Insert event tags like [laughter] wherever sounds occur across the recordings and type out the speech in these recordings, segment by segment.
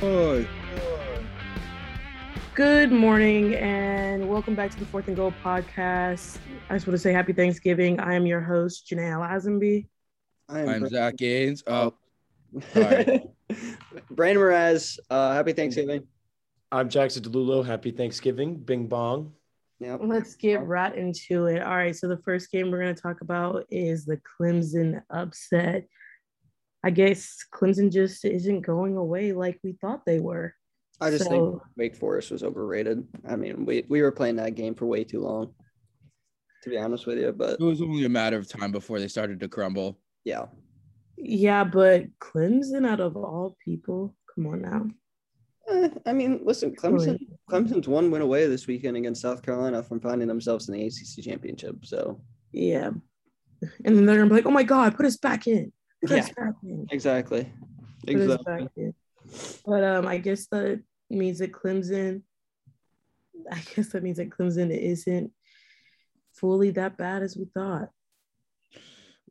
Hi. Good morning and welcome back to the Fourth and Goal podcast. I just want to say happy Thanksgiving. I am your host, Janae Lazenby. I I'm Zach Gaines. Oh, Sorry. [laughs] Brandon Moraz, uh, happy Thanksgiving. I'm Jackson DeLulo. Happy Thanksgiving. Bing bong. Yep. Let's get right into it. All right, so the first game we're going to talk about is the Clemson upset. I guess Clemson just isn't going away like we thought they were. I just think So- Wake Forest was overrated. I mean, we, we were playing that game for way too long, to be honest with you. But it was only a matter of time before they started to crumble. yeah, yeah, but Clemson out of all people, come on now. Eh, I mean, listen, Clemson, Really? Clemson's one win away this weekend against South Carolina from finding themselves in the ACC championship. So Yeah. And then they're going to be like, oh my God, put us back in. Put Yeah. us back in. exactly, Put us exactly. back in. But um, I guess that means that Clemson, I guess that means that Clemson isn't fully that bad as we thought.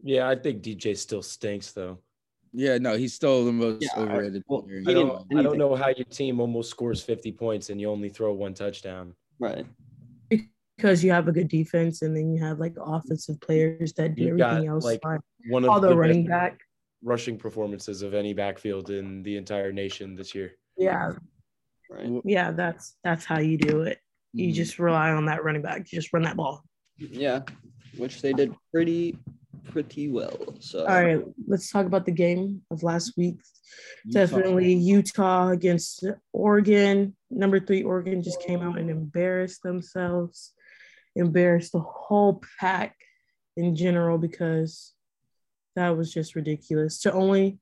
Yeah, I think DJ still stinks though. Yeah, no, he's still the most Yeah, I- overrated. well, player in He I the didn't- don't, world. I don't anything. know how your team almost scores 50 points and you only throw one touchdown. Right. Because you have a good defense and then you have like offensive players that do You've got, everything else like, fine. One of Although the running best back, rushing performances of any backfield in the entire nation this year. yeah, Right. yeah, that's that's how you do it. You Mm-hmm. Mhm. just rely on that running back. You just run that ball. Yeah, which they did pretty, pretty well. Uh, So All right, let's talk about the game of last week. You talk- Definitely Utah against Oregon. Number three, Oregon just came out and embarrassed themselves, embarrassed the whole pack in general because that was just ridiculous to only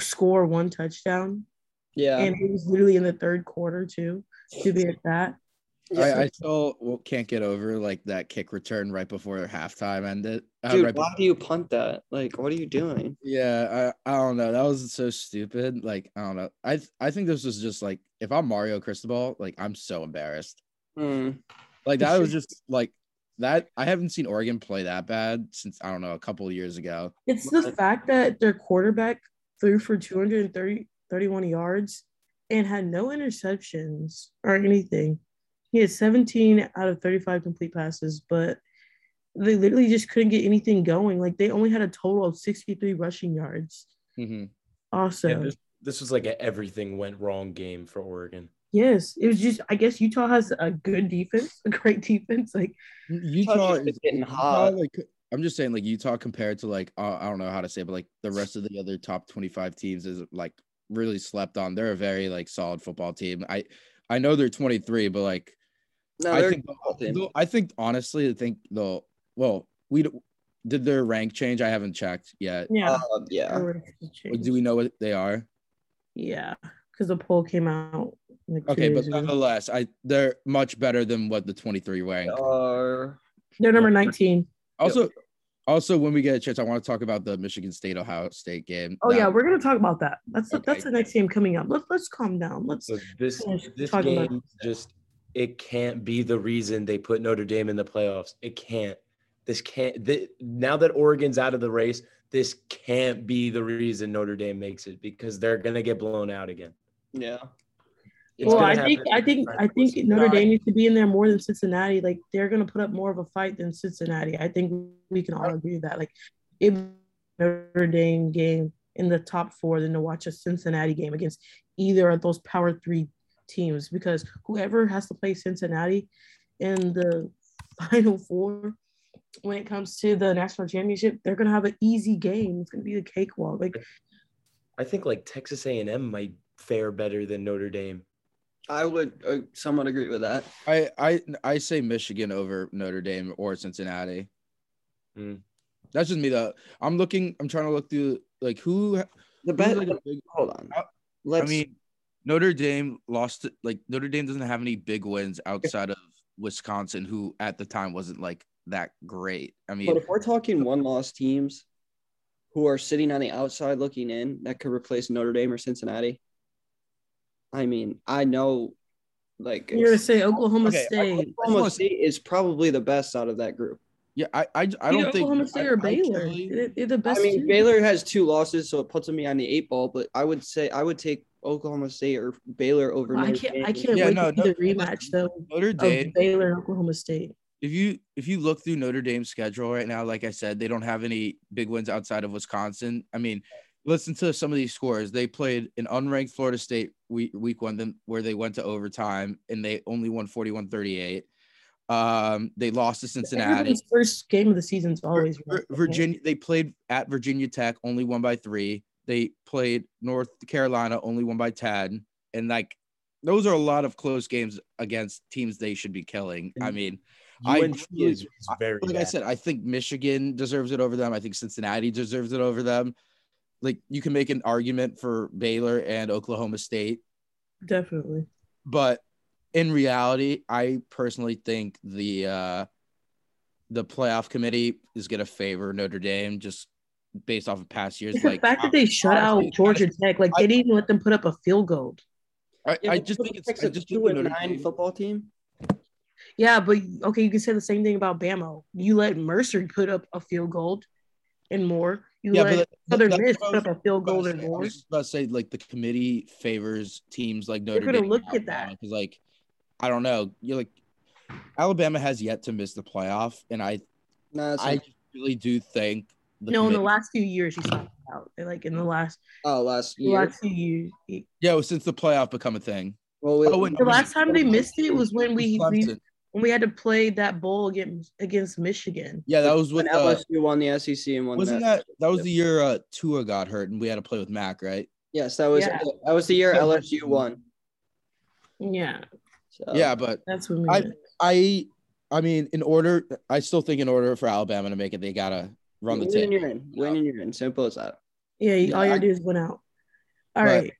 score one touchdown. yeah, And it was literally in the third quarter, too, to be at that. I, I [laughs] still well, can't get over like that kick return right before halftime ended. Uh, dude, right why bef- do you punt that? Like, what are you doing? yeah, I, I don't know. That was so stupid. Like I don't know. I th- I think this was just like if I'm Mario Cristobal, like I'm so embarrassed. Hmm. Like that [laughs] was just like that. I haven't seen Oregon play that bad since I don't know a couple of years ago. It's the But- fact that their quarterback threw for 231 yards and had no interceptions or anything. He had 17 out of 35 complete passes, but they literally just couldn't get anything going. Like they only had a total of 63 rushing yards. Mm-hmm. Also, Yeah, this, this was like a everything went wrong game for Oregon. yes, it was just, I guess Utah has a good defense, [laughs] a great defense. Like, Utah Utah's is just getting Utah, hot. like I'm just saying, like Utah compared to like uh, I don't know how to say, but like the rest of the other top 25 teams is like really slept on. They're a very like solid football team. I I know they're 23, but like No, I they're think team. they'll- I think honestly, I think they'll well we d- did their rank change. I haven't checked yet. yeah. uh, yeah. Do we know what they are? Yeah, because the poll came out. Like two Okay, but days ago. nonetheless, I they're much better than what the 23 rank. They are they're number 19. Also, also when we get a chance, I want to talk about the Michigan State Ohio State game. Oh That- yeah, we're gonna talk about that. That's the, Okay. that's the next game coming up. Let's let's calm down. Let's So this Finish this talking about game just it can't be the reason they put Notre Dame in the playoffs. It can't. This can't. Th- now that Oregon's out of the race, this can't be the reason Notre Dame makes it because they're gonna get blown out again. yeah. It's well, gonna I think happen. I think I think Notre Not- Dame needs to be in there more than Cincinnati. Like they're gonna put up more of a fight than Cincinnati. I think we can all agree with that. Like it Notre Dame game in the top four than to watch a Cincinnati game against either of those power three teams because whoever has to play Cincinnati in the [laughs] final four when it comes to the national championship, they're gonna have an easy game. It's gonna be a cakewalk. Like I think like Texas A&M might fare better than Notre Dame. I would uh, somewhat agree with that. I I I say Michigan over Notre Dame or Cincinnati. Hmm. Mm. That's just me though. I'm looking. I'm trying to look through like who. The who's, bet. like, a big- hold on. I- I Let's. mean, Notre Dame lost. to- Like Notre Dame doesn't have any big wins outside of Wisconsin, who at the time wasn't like that great. I mean, but if we're talking one-loss teams, who are sitting on the outside looking in, that could replace Notre Dame or Cincinnati. I mean, I know, like you're gonna say Oklahoma Okay, I- State. Oklahoma State is probably the best out of that group. yeah, I I, I don't Either think Oklahoma State I- or I Baylor. truly- They're- they're the I best. mean, team. Baylor has two losses, so it puts me on the eight ball. But I would say I would take Oklahoma State or Baylor over. I Notre can't. Dame. I can't Yeah, wait no, to see no- the rematch though Notre of Dame. Baylor and Oklahoma State. If you if you look through Notre Dame's schedule right now, like I said, they don't have any big wins outside of Wisconsin. I mean, listen to some of these scores. They played an unranked Florida State week week one, then where they went to overtime and they only won 41-38. Um, they lost to Cincinnati. Everybody's first game of the season is always Vir- rough. Virginia. They played at Virginia Tech, only won by three. They played North Carolina, only won by ten. And like, those are a lot of close games against teams they should be killing. I mean, I UNC truly- is, is very like I bad. said, I think Michigan deserves it over them. I think Cincinnati deserves it over them. Like, you can make an argument for Baylor and Oklahoma State, Definitely. but in reality, I personally think the uh, the playoff committee is going to favor Notre Dame just based off of past years. It's Like the fact that they shut honestly, out Georgia Tech, like I- they didn't even let them put up a field goal. I, Yeah, I but just think Georgia it's Tech's I a just think two the and Notre nine Dame- football team. Yeah, but okay, you can say the same thing about Bama. You let Mercer put up a field goal and more. You Yeah, let but Southern that's Miss what I put was up a field about goal to and say. I more. was just about to say, like the committee favors teams like Notre They're Dame. gonna look at that. because, like, I don't know. You're like, Alabama has yet to miss the playoff, and I, Nah, it's I like, really do think. The no, in the committee- last few years he's talking about. Like in the last oh, last the year. last few years. The yeah, well, since the playoff become a thing. well, we- oh, and- The last time they missed it was when we, we Clemson. when we had to play that bowl against against Michigan. Yeah, that was with. when Uh, LSU won the SEC and won. the wasn't that that was the year uh, Tua got hurt and we had to play with Mac, right? Yes, that was Yeah. that was the year Yeah. LSU won. Yeah, So, Yeah, but that's what we I- meant. I, I mean, in order, I still think in order for Alabama to make it, they gotta run the win table. and you're in. Win and you're in. Simple as that. Yeah, you- Yeah, all I- your dudes went out. But All right,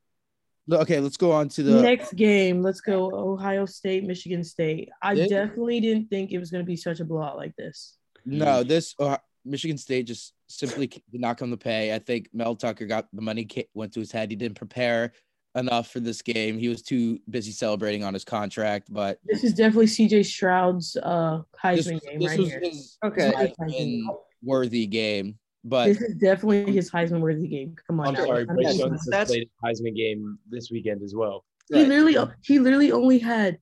Okay, let's go on to the next game. Let's go Ohio State, Michigan State. I This- definitely didn't think it was going to be such a blowout like this. No, this uh, Michigan State just simply c- did not come to pay. I think Mel Tucker got the money ca- went to his head. He didn't prepare enough for this game. He was too busy celebrating on his contract. But This is definitely CJ Stroud's uh, this, Heisman game this right was here. his Okay. Heisman worthy game. But this is definitely his Heisman worthy game. Come on, I'm now. sorry, I'm Bryce just- Young's That's- slated Heisman game this weekend as well. he Right. literally he literally only had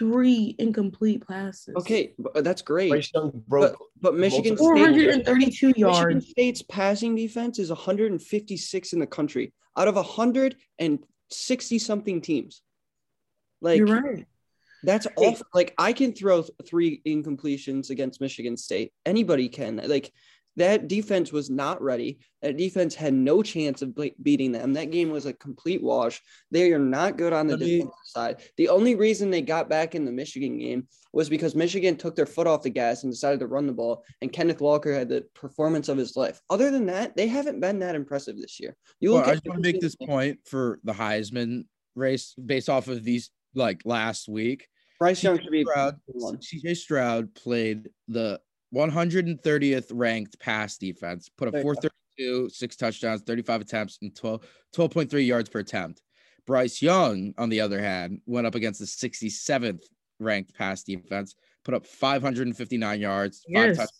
three incomplete passes. Okay, but that's great. Bryce Young broke But Michigan Multiple- State, 432 Michigan yards. State's passing defense is 156 in the country out of 160 something teams. Like You're right. that's awful. Like I can throw th- three incompletions against Michigan State. Anybody can. Like that defense was not ready. That defense had no chance of ble- beating them. That game was a complete wash. They are not good on the Let me- defensive side. The only reason they got back in the Michigan game was because Michigan took their foot off the gas and decided to run the ball. And Kenneth Walker had the performance of his life. Other than that, they haven't been that impressive this year. You well, look I at just want to make this point for the Heisman race based off of these like last week. Bryce Young should be Stroud, one. CJ Stroud played the 130th ranked pass defense, put There up you go. 432, six touchdowns, 35 attempts, and 12, 12.3 yards per attempt. Bryce Young, on the other hand, went up against the 67th ranked pass defense, put up 559 yards, five Yes. touchdowns.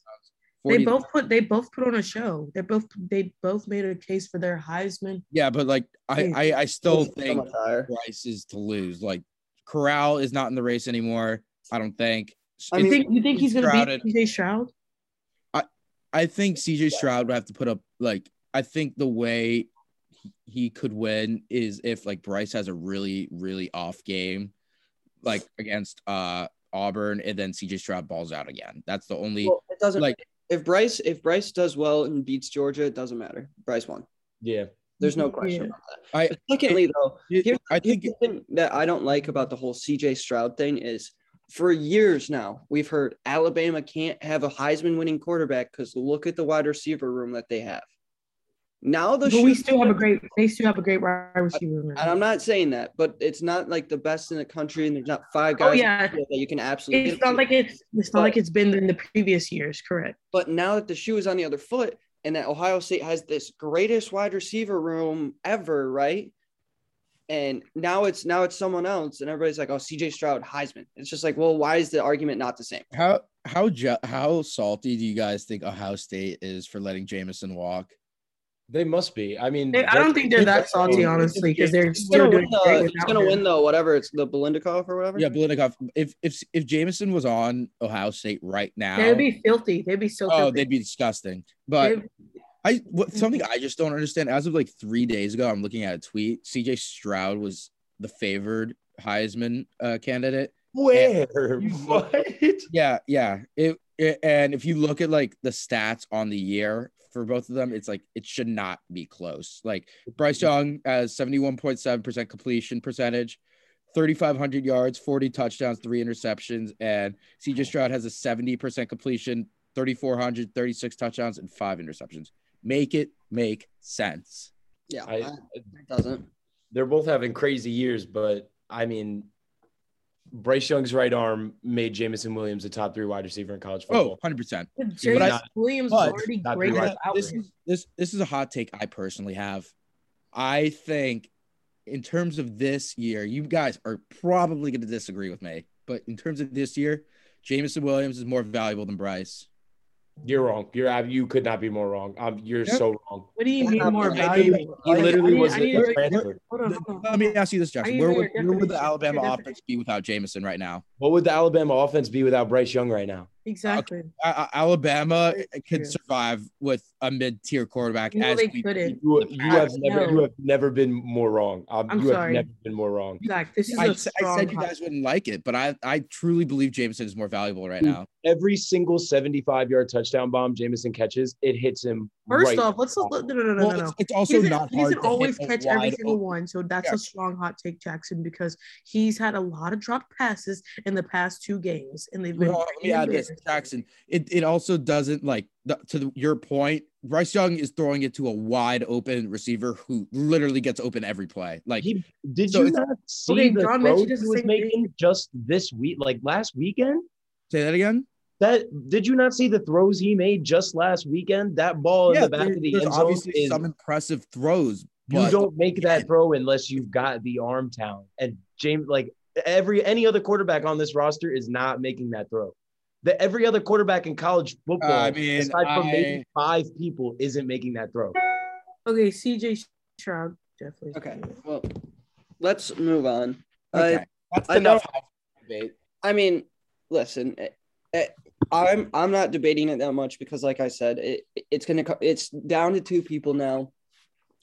They 40 both put they both put on a show. They both they both made a case for their Heisman. yeah, but like I, Dude, I, I still So think much higher. Bryce is to lose. Like Corral is not in the race anymore. I don't think. I You mean, It's- think you think he's gonna Stroud and- beat CJ Stroud? I think CJ Stroud would have to put up like I think the way he- he could win is if like Bryce has a really really off game like against uh Auburn and then CJ Stroud balls out again. That's the only Well, it doesn't like if Bryce if Bryce does well and beats Georgia, it doesn't matter. Bryce won. Yeah. There's no Yeah. question about that. I But secondly, though, here's, I here's think the thing that I don't like about the whole CJ Stroud thing is for years now we've heard Alabama can't have a Heisman winning quarterback because look at the wide receiver room that they have. Now the But we shoe- still have a great they still have a great wide receiver. room. and I'm not saying that, but it's not like the best in the country, and there's not five Oh guys yeah. that you can absolutely. It's get not like it's it's not But- like it's been in the previous years, correct? But now that the shoe is on the other foot and that Ohio State has this greatest wide receiver room ever, right? And now it's now it's someone else, and everybody's like, "Oh, C.J. Stroud, Heisman." It's just like, well, why is the argument not the same? how how ju- how salty do you guys think Ohio State is for letting Jamison walk? They must be. I mean, They, I don't think they're that salty, honestly, because they're He's gonna still win doing great the. He's without gonna him. win the whatever. It's the Belindakoff or whatever. Yeah, Belinikoff. If if if Jameson was on Ohio State right now, They'd be filthy. They'd be so. oh, filthy. they'd be disgusting. But They'd- I what something I just don't understand. As of like three days ago, I'm looking at a tweet. CJ Stroud was the favored Heisman uh, candidate. Where? [laughs] look- What? Yeah, yeah. It, it- and if you look at like the stats on the year for both of them, it's like it should not be close. Like Bryce Young has 71.7% completion percentage, 3,500 yards, 40 touchdowns, three interceptions, and CJ Stroud has a 70% completion, 3,400, 36 touchdowns, and five interceptions. Make it make sense. yeah. I- that- that doesn't. They're both having crazy years, but I mean, Bryce Young's right arm made Jamison Williams a top three wide receiver in college Oh, football. 100%. But But James I- Williams but- already Not great right. without this him. is this this is a hot take I personally have. I think in terms of this year, you guys are probably going to disagree with me, but in terms of this year, Jamison Williams is more valuable than Bryce. You're wrong. You're ab- you could not be more wrong. Um, you're Yep. so wrong. What do you That's mean not more right. valuable? He I- literally I need- was I a need to- transfer. Hold on, hold on. Let me ask you this, Jackson: need Where your would, where would the definition. Alabama Your offense be without Jamison right now? What would the Alabama offense be without Bryce Young right now? Exactly. A- a- Alabama Yeah. could survive with a mid-tier quarterback. No, as they we- couldn't. You, you have Absolutely. never you have never been more wrong. Um, I'm you sorry. have never been more wrong. Zach, this is I, a I strong. said you guys wouldn't like it, but I, I truly believe Jamison is more valuable Hmm. right now. Every single 75 yard touchdown bomb Jamison catches, it hits him. First right off, let's no, no, no, no, Well, no. it's, it's he also doesn't, not he hard doesn't to always hit a catch every wide single open- one. So that's Yeah. a strong hot take, Jackson, because he's had a lot of dropped passes in the past two games, and they've been. Well, let me add this, Jackson. It, it also doesn't like the, to the, your point. Bryce Young is throwing it to a wide open receiver who literally gets open every play. Like He, did So you it's- not see Okay, the John throws Mitchell he does the was same thing. making just this week, like last weekend? say that again. That did you not see the throws he made just last weekend? That ball Oh, in the back there- of the there's end zone obviously is some impressive throws. you But don't make that throw unless you've got the arm talent. And James, like every any other quarterback on this roster is not making that throw. The every other quarterback in college football, I mean, aside from I- maybe five people, isn't making that throw. Okay, CJ Stroud definitely. Okay. Well, let's move on. Uh, okay. that's I enough. debate. I mean, listen, eh, eh, I'm I'm not debating it that much because, like I said, it, it's gonna co- it's down to two people now,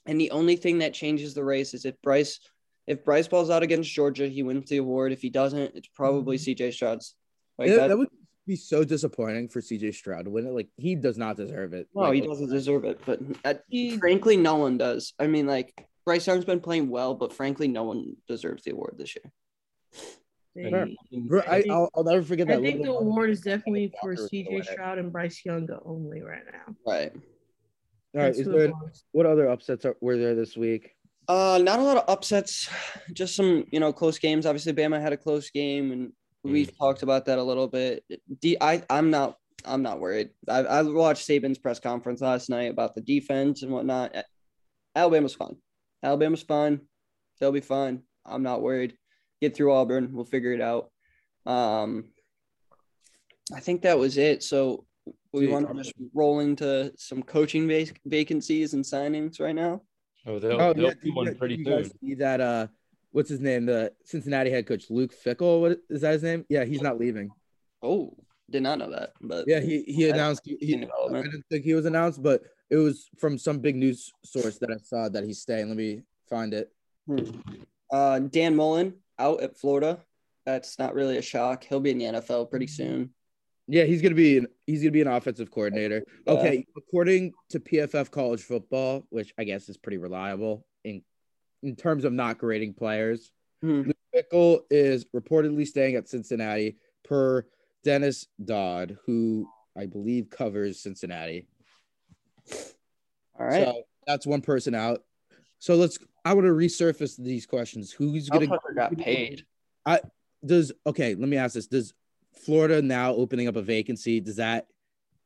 and the only thing that changes the race is if Bryce if Bryce balls out against Georgia, he wins the award. If he doesn't, it's probably C.J. Stroud's. Like That, that, that would be so disappointing for CJ Stroud to win it. Like he does not deserve it. no, Like, he doesn't deserve it, but uh, He- frankly, no one does. I mean, like Bryce Young's been playing well, but frankly, no one deserves the award this year. Fair. They- Bro, I, will I'll never forget that. I think the little moment. award is definitely for Walker was gonna win CJ it. Stroud and Bryce Young only right now. Right. All right, Let's is move there, on. what other upsets are, were there this week? Uh, not a lot of upsets, just some you know close games. Obviously, Bama had a close game, and we talked about that a little bit. D- I I'm not I'm not worried. I I watched Saban's press conference last night about the defense and whatnot. Alabama's fine. Alabama's fine. They'll be fine. I'm not worried. Get through Auburn. We'll figure it out. Um, I think that was it. So we Dude, want to I'm- just roll into some coaching vac- vacancies and signings right now. Oh, they'll, Oh, yeah, did you, did you guys see that? Uh, what's his name? The Cincinnati head coach Luke Fickle. What is that his name? Yeah, he's not leaving. Oh, did not know that. But Yeah, he he I- announced. He, in he- I development. didn't think he was announced, but it was from some big news source that I saw that he's staying. Let me find it. Hmm. Uh, Dan Mullen out at Florida. That's not really a shock. He'll be in the NFL pretty soon. Yeah, he's gonna be an, he's gonna be an offensive coordinator. Yeah. Okay, according to PFF College Football, which I guess is pretty reliable in in terms of not grading players. Hmm. Fickle is reportedly staying at Cincinnati per Dennis Dodd, who I believe covers Cincinnati. All right. So that's one person out. So let's I want to resurface these questions. Who's Mel gonna Tucker got paid. does okay, let me ask this. Does Florida now opening up a vacancy, does that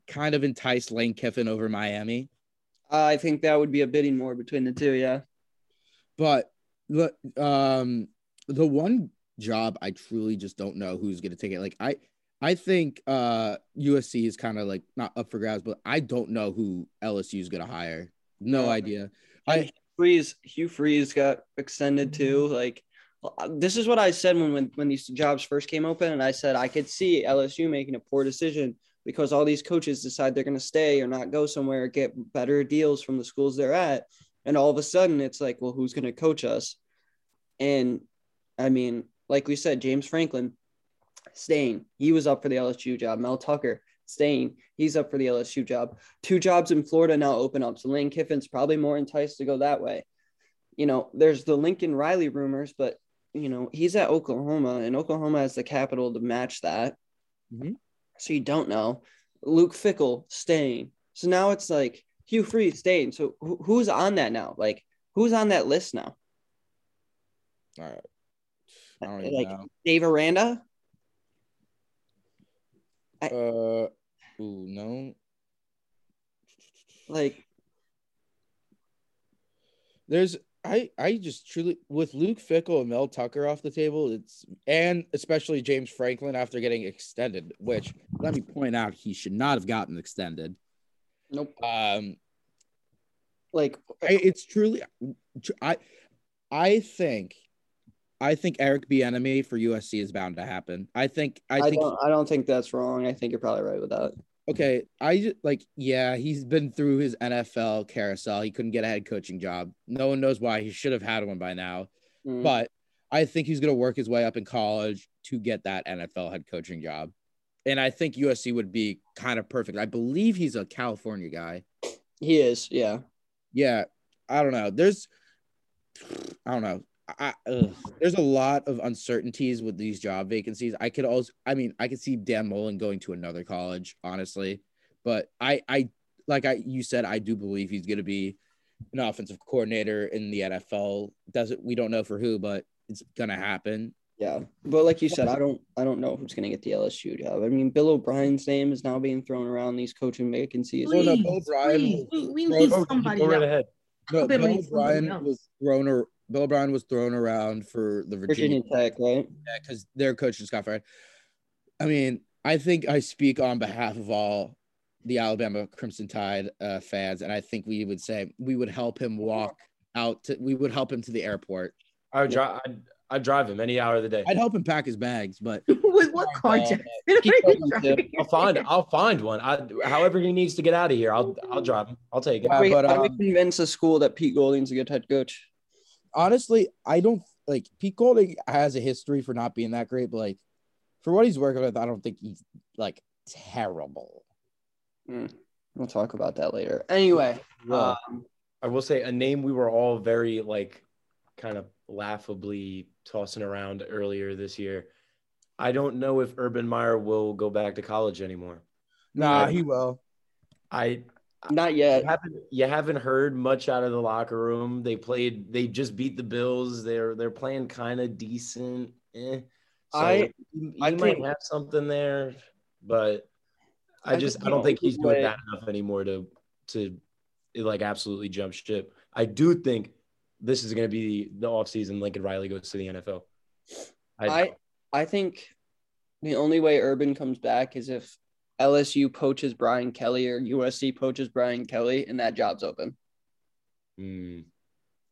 kind of entice Lane Kiffin over Miami? I think that would be a bidding war between the two. Yeah. But the um the one job I truly just don't know who's gonna take it. Like I I think uh USC is kind of like not up for grabs, but I don't know who LSU is gonna hire. No Yeah. idea. Freeze, Hugh Freeze got extended too. Like this is what I said when, when when these jobs first came open, and I said I could see LSU making a poor decision because all these coaches decide they're going to stay or not go somewhere, get better deals from the schools they're at, and all of a sudden it's like, well, who's going to coach us? And I mean, like we said, James Franklin staying. He was up for the LSU job. Mel Tucker staying. He's up for the LSU job. Two jobs in Florida now open up. So Lane Kiffin's probably more enticed to go that way. You know, there's the Lincoln Riley rumors, but you know, he's at Oklahoma and Oklahoma has the capital to match that. Mhm. So you don't know. Luke Fickle staying. So now it's like Hugh Freeze staying. So who, who's on that now? Like who's on that list now? All right. I don't even Like- know. Dave Aranda? I- Uh, ooh, no. Like There's I I just truly with Luke Fickle and Mel Tucker off the table, it's and especially James Franklin after getting extended, which let me point out he should not have gotten extended. nope. Um, Like I, it's truly I I think I think Eric Bieniemy for USC is bound to happen. I think I, I, think don't I don't think that's wrong. I think you're probably right with that. okay, I ju- like yeah, he's been through his NFL carousel. He couldn't get a head coaching job. No one knows why. He should have had one by now. Mm. But I think he's going to work his way up in college to get that NFL head coaching job. And I think USC would be kind of perfect. I believe he's a California guy. he is, yeah. Yeah, I don't know. There's, I don't know. I, ugh. There's a lot of uncertainties with these job vacancies. I could also, I mean, I could see Dan Mullen going to another college, honestly. But I, I like I you said, I do believe he's going to be an offensive coordinator in the NFL. Doesn't we don't know for who, but it's going to happen. Yeah, but like you said, I don't, I don't know who's going to get the LSU job. I mean, Bill O'Brien's name is now being thrown around these coaching vacancies. Well, no, Please, Bill Bryan please, we, we Bro- need oh, somebody Go right else. ahead. No, Bill Bill needs somebody O'Brien else. was thrown. Or, Bill O'Brien was thrown around for the Virginia Virginia Tech, right? because their coach is Scott Fire. I mean, I think I speak on behalf of all the Alabama Crimson Tide uh, fans, and I think we would say we would help him walk out. To, we would help him to the airport. I would drive. I'd, I'd drive him any hour of the day. I'd help him pack his bags, but [laughs] With what car, Uh, Jack? [laughs] keep going, Tim. I'll find. I'll find one. I, however he needs to get out of here, I'll I'll drive him. I'll take him. Yeah, Wait, but, how do we um, convince a school that Pete Golding's a good head coach? honestly, I don't like Pete Golding has a history for not being that great, but like for what he's working with, I don't think he's like terrible. We'll talk about that later. Anyway, Well, um, Uh, I will say a name we were all very like, kind of laughably tossing around earlier this year. I don't know if Urban Meyer will go back to college anymore. Nah, Yeah. he will. I not you yet. haven't you haven't heard much out of the locker room. They played. They just beat the Bills. They're they're playing kind of decent. Eh. So I- you, I you might think- have something there, but I I just think I don't the think only he's doing way- that enough anymore to to like absolutely jump ship. I do think this is going to be the offseason Lincoln Riley goes to the NFL. I, I think the only way Urban comes back is if LSU poaches Brian Kelly or USC poaches Brian Kelly, and that job's open. Hmm.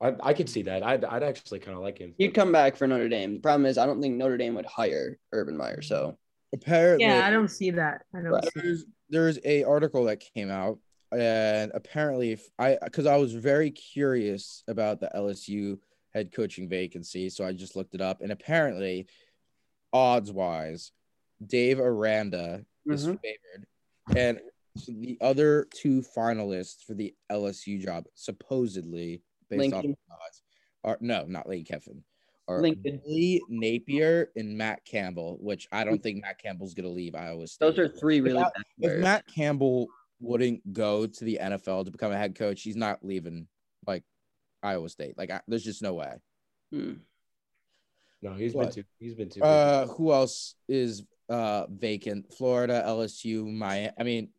I, I could see that. I'd, I'd actually kind of like him. He'd come back for Notre Dame. The problem is, I don't think Notre Dame would hire Urban Meyer. So Apparently, Yeah, I don't see that. I don't. Right. see there's there's a article that came out and apparently if i because i was very curious about the lsu head coaching vacancy so i just looked it up and apparently odds wise dave aranda is Mhm. favored and so the other two finalists for the lsu job supposedly based Lincoln. off odds are no not lane Kiffin. Are Lincoln. Lee Napier and Matt Campbell, which I don't think Matt Campbell's gonna leave Iowa State those are three really Matt- bad if players. Matt Campbell wouldn't go to the NFL to become a head coach, he's not leaving like Iowa State. Like, I, there's just no way. Hmm. No, he's What? been too. He's been too. busy. Uh, who else is uh vacant? Florida, LSU, Miami. I mean,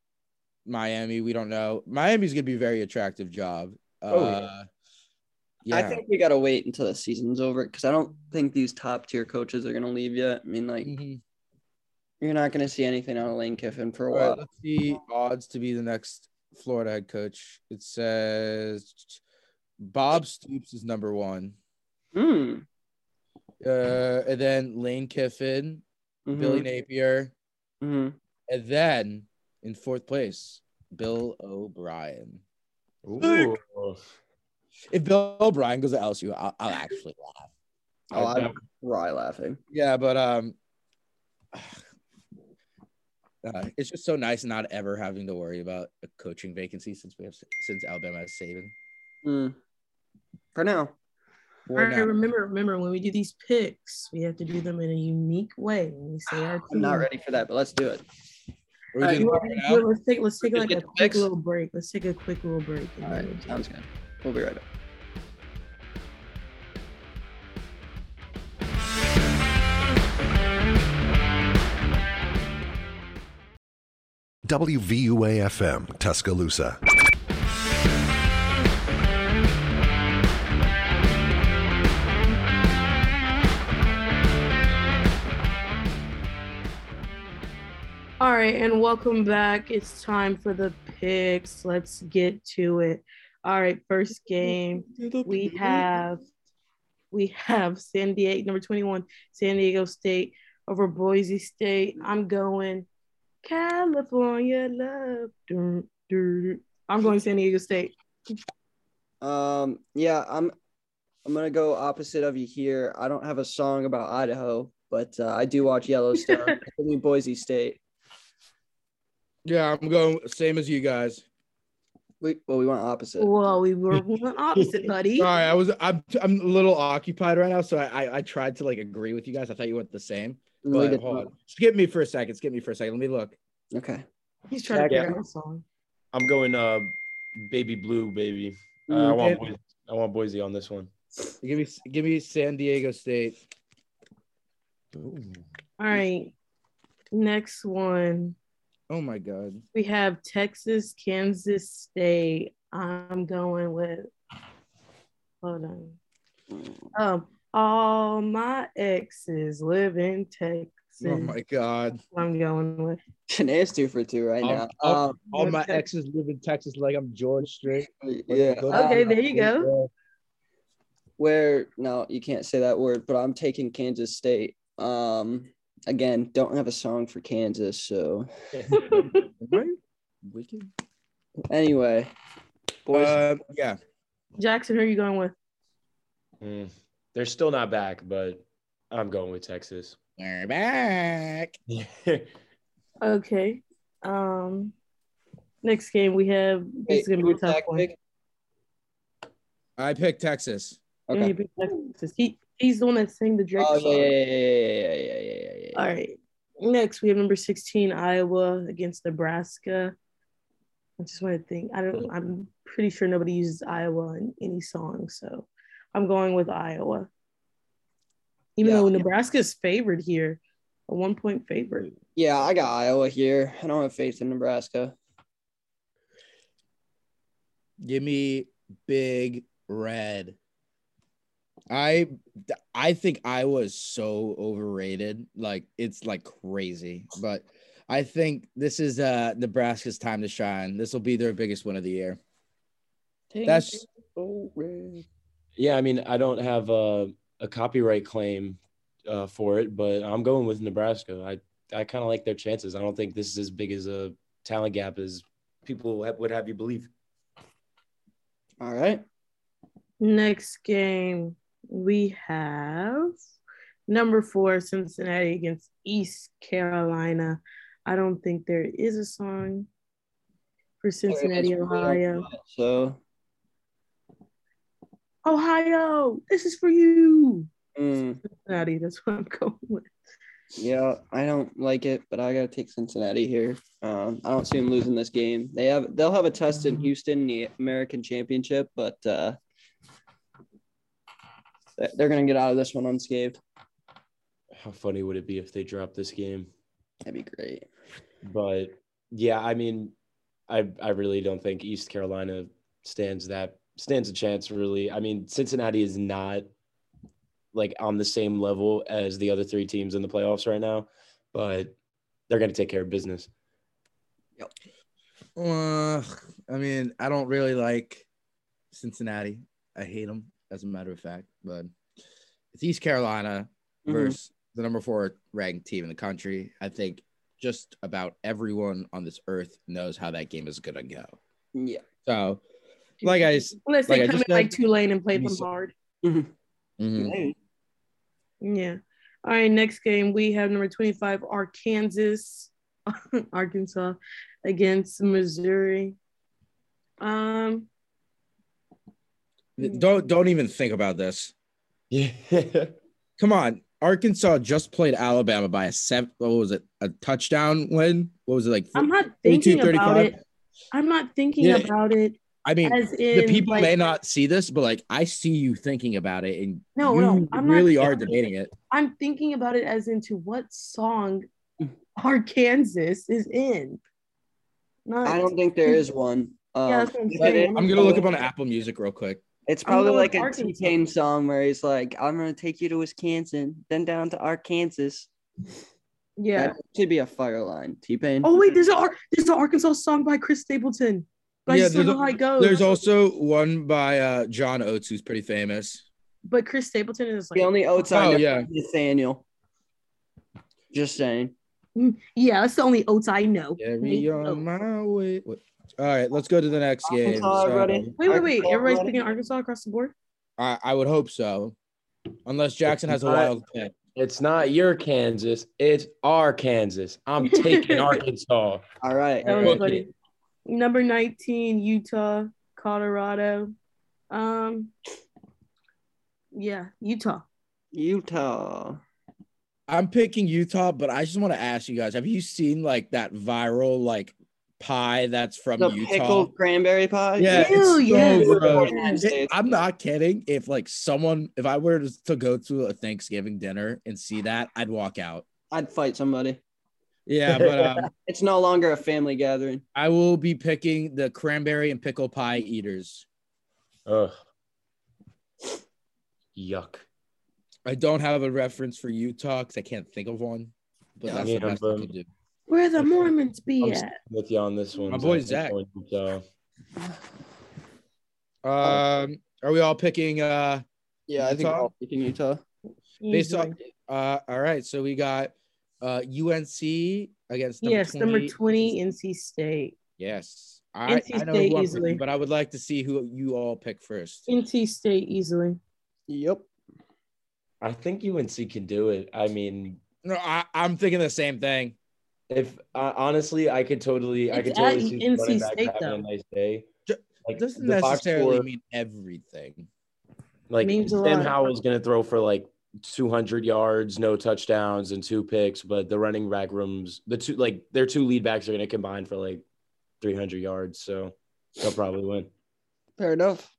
Miami. We don't know. Miami's gonna be a very attractive job. Uh, Oh, yeah. yeah. I think we gotta wait until the season's over because I don't think these top tier coaches are gonna leave yet. I mean, like Mhm. you're not gonna see anything out of Lane Kiffin for a All right, while. let's see odds to be the next Florida head coach. It says Bob Stoops is number one. Hmm. Uh, and then Lane Kiffin, Mhm. Billy Napier, Mhm. and then in fourth place, Bill O'Brien. Ooh. If Bill O'Brien goes to LSU, I'll, I'll actually laugh. Oh, I'm cry laughing. Yeah, but um, [sighs] uh, it's just so nice not ever having to worry about a coaching vacancy since we have since Alabama has Saban. Mm. For now. All Or right, not. remember, remember when we do these picks, we have to do them in a unique way. When we say our [sighs] I'm not team. ready for that, but let's do it. Are we Alright, doing You the want pick me to right now? do it? let's take let's take Just like get a the quick picks? little break. Let's take a quick little break. and All then right. we'll do it. Sounds good. We'll be right back. WVUA FM, Tuscaloosa. All right, and welcome back. It's time for the picks. Let's get to it. All right, first game we have we have San Diego number 21, San Diego State over Boise State. I'm going California love. Dun, dun. I'm going San Diego State. Um, yeah, I'm I'm gonna go opposite of you here. I don't have a song about Idaho, but uh, I do watch [laughs] Yellowstone. I mean, Boise State. Yeah, I'm going same as you guys. We well, we want opposite. Well, we were we went opposite, [laughs] buddy. Sorry, I was I'm I'm a little occupied right now, so I I, I tried to like agree with you guys. I thought you went the same, And we but did hold not. on. Skip me for a second. Skip me for a second. Let me look. Okay. He's trying to Yeah. figure out a song. I'm going uh baby blue, baby. Uh, I want Boise. I want Boise on this one. Give me give me San Diego State. All right. Next one. Oh my god. We have Texas, Kansas State. I'm going with hold on. Um, all my exes live in Texas. Oh my god. I'm going [laughs] with. Today's two for two right Um, now. up- Um, All my exes live in Texas like I'm George Strait. yeah. Okay, um, there you go. where no, you can't say that word, but I'm taking Kansas State. Um, again, don't have a song for Kansas, so Wicked. anyway, boys. Um, yeah. Jackson, who are you going with? Mm. They're still not back, but I'm going with Texas. [laughs] We're back. Okay. Um, next game we have. This is Wait, gonna be a who's tough that one. pick? I picked Texas. Yeah, Okay. he picked Texas. He, he's the one that sang the Drake Oh song. yeah, yeah, yeah, yeah, yeah, yeah, yeah, yeah, yeah. All right. Next, we have number 16, Iowa against Nebraska. I just want to think. I don't, I'm pretty sure nobody uses Iowa in any song. So I'm going with Iowa. Even Yeah. though Nebraska's favored here, a one point favorite. Yeah, I got Iowa here. I don't have faith in Nebraska. Give me big red. I I think Iowa is so overrated. Like it's like crazy. But I think this is uh Nebraska's time to shine. This will be their biggest win of the year. That's- yeah, I mean, I don't have a, a copyright claim uh, for it, but I'm going with Nebraska. I, I kind of like their chances. I don't think this is as big as a talent gap as people ha- would have you believe. all right. Next game, we have number four, Cincinnati against East Carolina. I don't think there is a song for Cincinnati, Ohio. So Ohio, this is for you. mm, Cincinnati, that's what I'm going with. yeah, I don't like it, but I gotta take Cincinnati here. Um, I don't see them losing this game. They have they'll have a test in Houston, in the American Championship, but uh, they- they're gonna get out of this one unscathed. How funny would it be if they dropped this game? That'd be great. But yeah, I mean, I I really don't think East Carolina stands that stands a chance really. I mean, Cincinnati is not like on the same level as the other three teams in the playoffs right now, but they're going to take care of business. Uh, I mean, I don't really like Cincinnati. I hate them, as a matter of fact. But it's East Carolina Mm-hmm. Mhm. versus the number four ranked team in the country. I think just about everyone on this earth knows how that game is gonna go. Yeah. So, like I, s- Unless Like they I come in just like said- Tulane and play Let me them see. hard. Mhm. mhm. Yeah. All right. Next game, we have number 25, Arkansas, [laughs] Arkansas against Missouri. Um, Mm-hmm. don't don't even think about this. Yeah. Come on, Arkansas just played Alabama by a seven. What was it? A touchdown win? What was it like? I'm not 32, thinking about 35? it. I'm not thinking Yeah. about it I mean, as in the people like, may not see this, but like I see you thinking about it, and No, you no, I'm not- really are debating it. I'm thinking about it as into what song Arkansas is in. Not, I don't think there is one. Um, Yeah, that's what I'm but saying. it- I'm gonna look up on Apple Music real quick. It's I'm going probably with like a Arkansas. T-Pain song where he's like, "I'm gonna take you to Wisconsin, then down to Arkansas." yeah. That should be a fire line. T-Pain. Oh wait, there's [laughs] a Ar- there's an Arkansas song by Chris Stapleton. But Yeah, I just don't there's know how it goes. There's also one by uh, John Oates who's pretty famous. but Chris Stapleton is like the only oats I Oh, know yeah. is Nathaniel. Just saying. Yeah, that's the only oats I know. Carry Make on oats. my way. Wait. All right, let's go to the next game. Arkansas, So, everybody. Wait, wait, wait. Everybody's Arkansas, everybody. picking Arkansas across the board? I, I would hope so, unless Jackson has a wild pick. [laughs] it's not your Kansas. It's our Kansas. I'm [laughs] taking Arkansas. All right. That was Book funny. it. Oh, Number 19, Utah, Colorado. Um yeah, Utah. Utah. I'm picking Utah, but I just want to ask you guys: Have you seen like that viral like pie that's from The Utah? pickled cranberry pie. Yeah, it's Ew, so yes. gross. Yes. It- I'm not kidding. If like someone, if I were to to go to a Thanksgiving dinner and see that, I'd walk out. I'd fight somebody. Yeah, but um, It's no longer a family gathering. I will be picking the cranberry and pickle pie eaters. Ugh. Yuck. I don't have a reference for Utah because I can't think of one, but Yeah, that's yeah, the best I but- can do. Where the Mormons I'm Oh, be s- at? with you on this one. My boy Zach. Zach. I'm going Utah. Um, are we all picking? Uh, Yeah, I think Utah? I'll pick in Utah. based Easily. on, uh, all right, so we got uh UNC against number yes, number 20, NC State. Yes. I, NC I know State who I'm easily. picking, but I would like to see who you all pick first. NC State easily. Yep. I think UNC can do it. I mean, No, I, I'm thinking the same thing. if I honestly, I could totally, I It's could at totally see the NC running back State, having though. a nice day. Ju- Like It doesn't the box necessarily score, mean everything. like Means a Sam lot. Howell's going to throw for like 200 yards, no touchdowns, and two picks, but the running back rooms, the two like their two lead backs are going to combine for like 300 yards, so they'll probably win. Fair enough.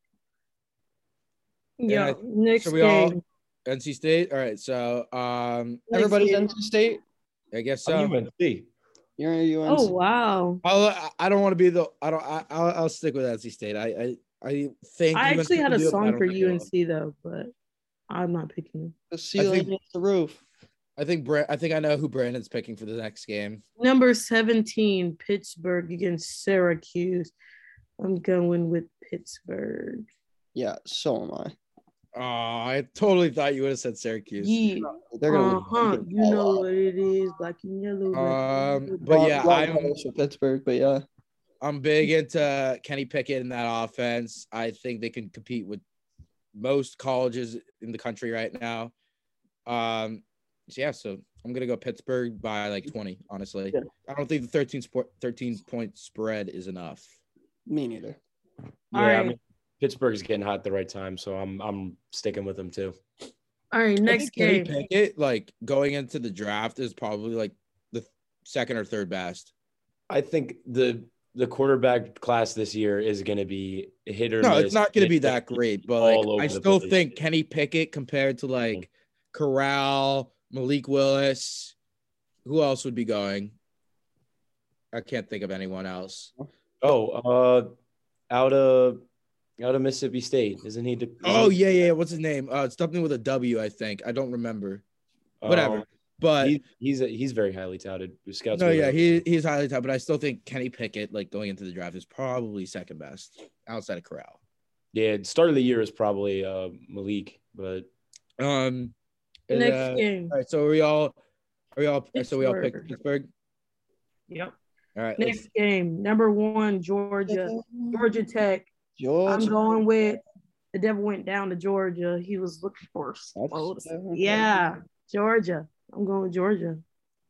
Yeah. I- next so we all- game. NC State. All right. So um Next Everybody's game. NC State. I guess I'm so. UNC. You're a UNC. Oh wow. I'll, I- I don't want to be the I don't I I'll, I'll stick with NC State. I I, I think I UNC actually had will a do it, but I song don't for think they will. UNC though, but I'm not picking them. The ceiling think- is the roof. I think Bra- I think I know who Brandon's picking for the next game. Number 17, Pittsburgh against Syracuse. I'm going with Pittsburgh. Yeah, so am I. Oh, I totally thought you would have said Syracuse. Yeah. They're gonna. Uh win. huh. They You can know fall off. what it is, black and yellow. black and Um, yellow. but yeah, Well, I'm it's for Pittsburgh, but yeah, I'm big into Kenny Pickett in that offense. I think they can compete with most colleges in the country right now. Um, so yeah, so I'm gonna go Pittsburgh by like 20. Honestly, Yeah. I don't think the 13 sport 13 point spread is enough. me neither. All yeah, I right. mean, Pittsburgh's getting hot at the right time, so I'm I'm sticking with them too. All right, I think next Kenny game. Pickett, like going into the draft, is probably like the second or third best. I think the the quarterback class this year is going to be hit or No, miss. it's not gonna be that great, but all like I over the still place. think Kenny Pickett compared to like Corral, Malik Willis. Who else would be going? I can't think of anyone else. Oh, uh, out of out of Mississippi State, isn't he? Oh yeah, yeah. What's his name? Uh, it's something with a W, I think. I don't remember. Whatever. But um, He- he's a, he's very highly touted. Scouts. no, really yeah, like- he he's highly touted, but I still think Kenny Pickett, like going into the draft, is probably second best outside of Corral. yeah. Start of the year is probably uh, Malik, but Um, and, Next uh, game. all right, so are we all are we all so we all picked Pittsburgh. Pittsburgh? Yep. All right, let's- Next game. Number one, Georgia. Georgia Tech. I'm going with the devil went down to Georgia. He was looking for explosive. Yeah, Georgia. I'm going with Georgia.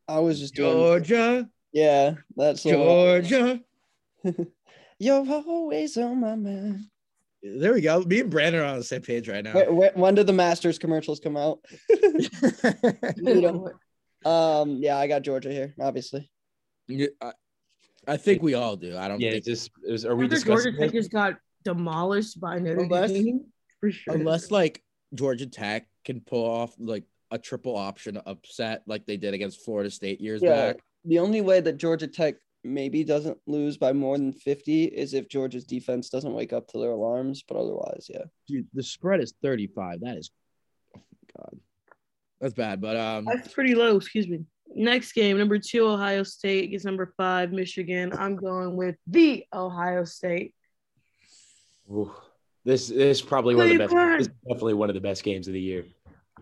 I was just doing. Georgia, Yeah, that's the one. Georgia. [laughs] You're always on my mind. There we go. Me and Brandon are on the same page right now. Wh- wh- when did the Masters commercials come out? [laughs] You know. um, yeah, I got Georgia here, obviously. Yeah, I, I think we all do. I don't yeah, think it's just is, are we After Georgia discussing? Tech this? just got demolished by Notre Unless- Dame. For sure. unless like Georgia Tech can pull off like a triple option upset like they did against Florida State years Yeah. back. The only way that Georgia Tech maybe doesn't lose by more than 50 is if Georgia's defense doesn't wake up to their alarms, but otherwise, yeah. Dude, the spread is 35. That is oh my god. That's bad, but um That's pretty low. Excuse me. Next game, number two, Ohio State against number five, Michigan. I'm going with the Ohio State. Ooh, this this is probably one of the best. Cleveland. This is definitely one of the best games of the year.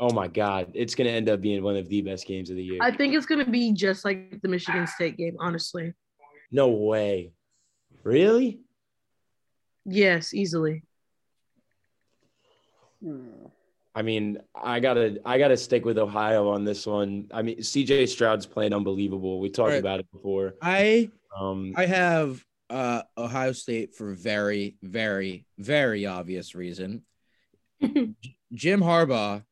Oh my God, it's gonna end up being one of the best games of the year. I think it's going to be just like the Michigan State game, honestly. no way, really? Yes, [laughs] easily. Hmm. I mean, I gotta I gotta stick with Ohio on this one. I mean, C.J. Stroud's playing unbelievable. We talked Right. about it before. I Um, I have uh Ohio State for very, very, very obvious reason. Jim Harbaugh,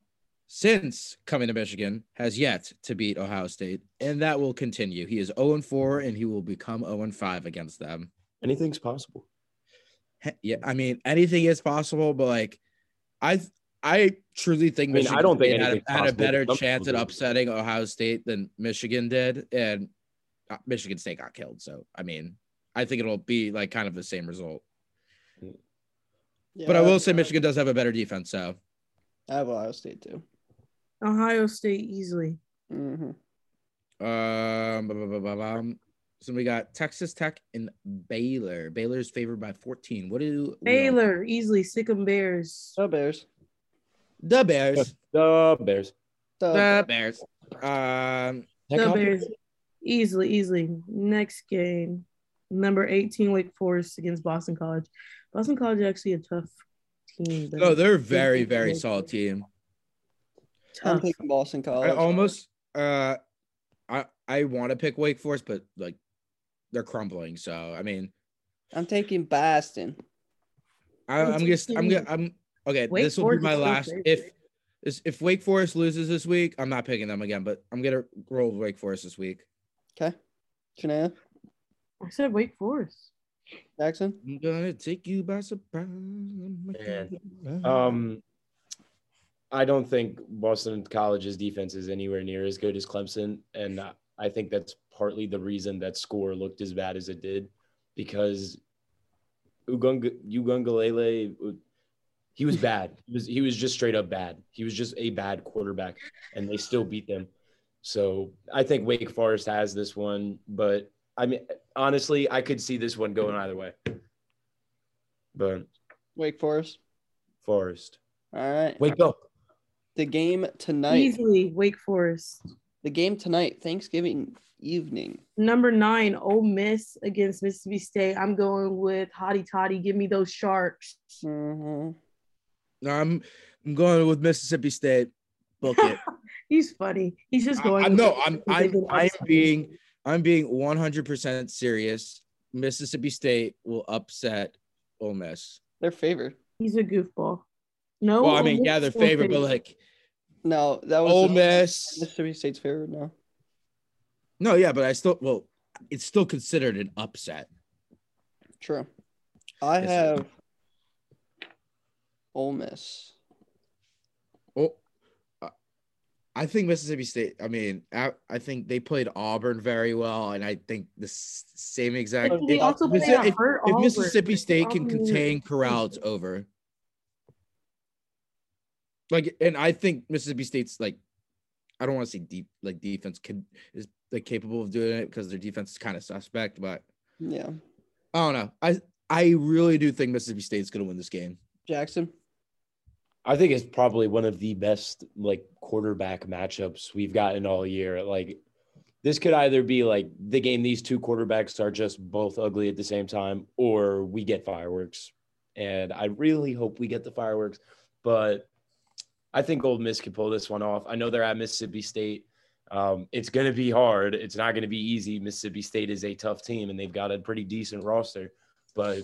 since coming to Michigan, has yet to beat Ohio State, and that will continue. He is 0 4, and he will become 0 5 against them. anything's possible. He- Yeah, I mean, anything is possible, but like, I I truly think I mean, I Michigan don't think State had, anything's a, had a possible, better but some chance at people do. upsetting Ohio State than Michigan did, and uh, Michigan State got killed. So, I mean, I think it'll be like kind of the same result. But I will say Michigan does have a better defense. So, I have Ohio State too. Ohio State easily. hmm Um, bum, bum, bum, bum, bum. so we got Texas Tech and Baylor. Baylor is favored by 14. What do we all- Baylor easily. Sikkim Bears. So Bears. the Bears? The Bears. So The Bears. Um, The Bears easily, easily. Next game, number 18, Wake Forest against Boston College. Boston College is actually a tough team. though. no, oh, they're very, very solid team. I'm tough. taking Boston College. I almost, uh, I I want to pick Wake Forest, but like they're crumbling. So I mean, I'm taking Boston. I, I'm just, I'm gonna, I'm okay. Wake this will be Forest my is so last. favorite. If this- if Wake Forest loses this week, I'm not picking them again. But I'm gonna roll with Wake Forest this week. Okay. Shania I said Wake Forest. Jackson. I'm gonna take you by surprise. Ah. Um, I don't think Boston College's defense is anywhere near as good as Clemson, and I- I think that's partly the reason that score looked as bad as it did, because Ugunga Ugungalele, he was bad. He was he was just straight up bad. He was just a bad quarterback, and they still beat them. So I think Wake Forest has this one, but I mean honestly, I could see this one going either way. But Wake Forest. Forest, All right. wake up. The game tonight. Easily Wake Forest. The game tonight, Thanksgiving evening. Number nine, Ole Miss against Mississippi State. I'm going with Hottie Toddy. Give me those sharks. hmm No, I'm I'm going with Mississippi State. Book it. He's funny. He's just I, going. I- no, with it I'm because I'm, they've been I'm upset. being I'm being 100 percent serious. Mississippi State will upset Ole Miss. They're favored. He's a goofball. No. Well, I Ole mean, Miss yeah, they're is still favorite, but like No, that was Ole Miss. Mississippi State's favorite. No. No, yeah, but I still well, it's still considered an upset. True. I Yes, sir. have Ole Miss. Oh, uh, I think Mississippi State. I mean, I, I think they played Auburn very well, and I think the s- same exact. But they if- also if- played a if- hurt if Auburn. Mississippi State can Auburn- contain Corral, it's over. Like, and I think Mississippi State's like I don't want to say deep like defense could is like capable of doing it because their defense is kind of suspect, but Yeah. I don't know. I I really do think Mississippi State's gonna win this game. Jackson. I think it's probably one of the best like quarterback matchups we've gotten all year. Like this could either be like the game these two quarterbacks are just both ugly at the same time, or we get fireworks. And I really hope we get the fireworks, but I think Old Miss can pull this one off. I know they're at Mississippi State. Um, it's going to be hard. It's not going to be easy. Mississippi State is a tough team, and they've got a pretty decent roster. But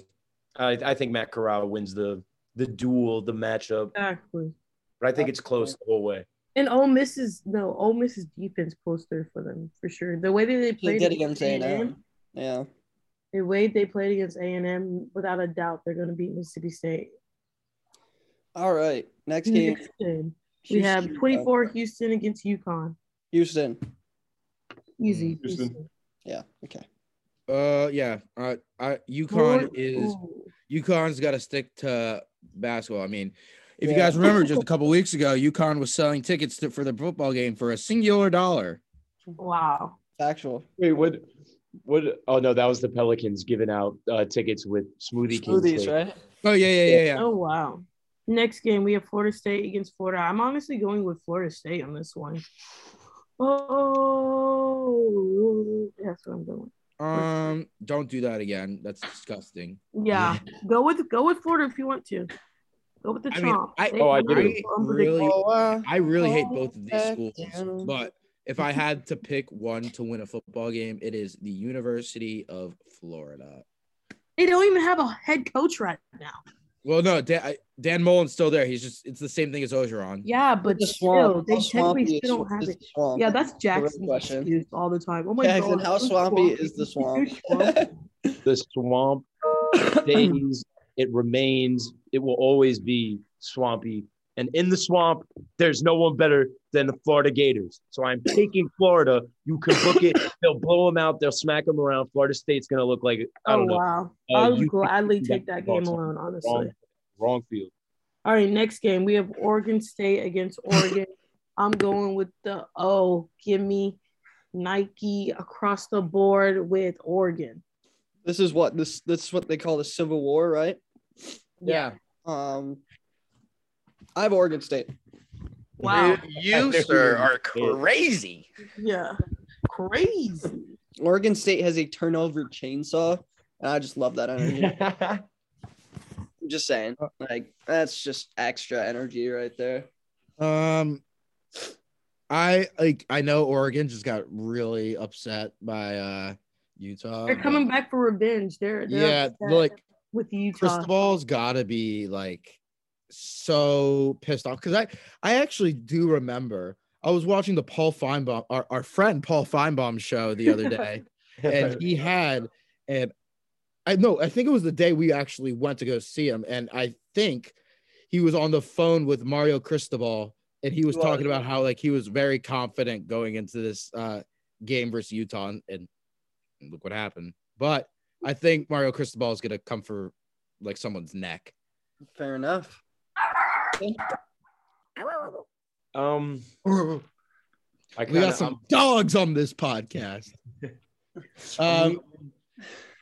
I, I think Matt Corral wins the the duel, the matchup Exactly. but I think it's close the whole way. And Ole Miss is no Ole Miss's defense poster for them for sure. The way that they He played did against A&M. A&M, Yeah. the way they played against A and M, without a doubt, they're going to beat Mississippi State. All right. Next Mm-hmm. game. Houston. We have Houston. 24 Houston against UConn. Houston. Mm-hmm. Easy. Houston. Yeah. Okay. Uh yeah. Uh I UConn Lord- is Ooh. UConn's gotta stick to basketball. I mean, if you Yeah. guys remember just a couple weeks ago, UConn was selling tickets to, for the football game for a singular dollar. Wow. Factual. Wait, what? What? Oh no, that was the Pelicans giving out uh, tickets with smoothie Smoothies, right? Oh yeah, yeah, yeah, yeah. Oh wow. Next game we have Florida State against Florida. I'm honestly going with Florida State on this one. Oh, that's what I'm going. Um, don't do that again. That's disgusting. Yeah, go with go with Florida if you want to. Go with the I mean, Chomp. I- They oh, I are did. unpredictable. Really? Oh, uh, I really hate Oh, both of these back schools, down. but if I had to pick one to win a football game, it is the University of Florida. They don't even have a head coach right now. Well, no, Dan, I- Dan Mullen's still there. He's just it's the same thing as Ogeron. Yeah, but the still, swamp. they How technically swampy is still don't have is it. the swamp? Yeah, that's Great Jackson's question. excuse all the time. Oh my Jackson, god, how so swampy is the swampy. swamp? [laughs] It's so The swamp stays. it remains. It will always be swampy. And in the swamp, there's no one better than the Florida Gators. So I'm taking Florida. You can book it. They'll blow them out. They'll smack them around. Florida State's gonna look like I Oh don't know. wow, Uh, I would you- gladly take that that game ball alone, honestly. Wrong, wrong field. All right, next game we have Oregon State against [laughs] Oregon. I'm going with the oh, give me Nike across the board with Oregon. This is what this this is what they call the Civil War, right? Yeah. Um, I have Oregon State. Wow. you, sir, are crazy. Yeah, crazy. Oregon State has a turnover chainsaw, and I just love that [laughs] energy. I'm just saying, like that's just extra energy right there. Um, I like I know Oregon just got really upset by uh Utah. They're but- coming back for revenge. They're, they're Yeah, upset like with Utah. Cristobal's gotta be like so pissed off because I I actually do remember I was watching the Paul Feinbaum our, our friend Paul Feinbaum show the other day [laughs] and he had and I know I think it was the day we actually went to go see him and I think he was on the phone with Mario Cristobal and he was Well- talking about how like he was very confident going into this uh game versus Utah and, and look what happened but I think Mario Cristobal is gonna come for like someone's neck Fair enough. um, we I got some dogs on this podcast um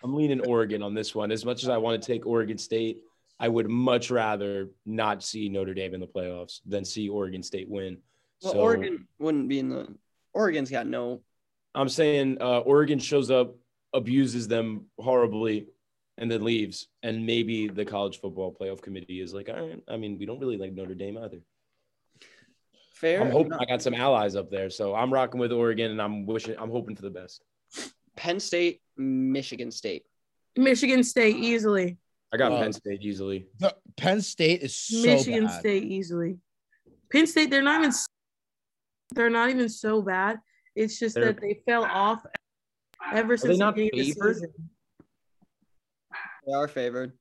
I'm leaning Oregon on this one. As much as I want to take Oregon State, I would much rather not see Notre Dame in the playoffs than see Oregon State win. Well, so Oregon wouldn't be in the. Oregon's got no. I'm saying uh, Oregon shows up, abuses them horribly, and then leaves. And maybe the college football playoff committee is like, all right. I mean, we don't really like Notre Dame either. Fair. I'm hoping enough. I got some allies up there, so I'm rocking with Oregon, and I'm wishing, I'm hoping for the best. Penn State, Michigan State. Michigan State easily. I got Wow. Penn State easily. the- Penn State is so Michigan bad. State easily. Penn State, they're not even s- they're not even so bad. It's just They're- that they fell off ever since not beginning of favored? season. They are favored.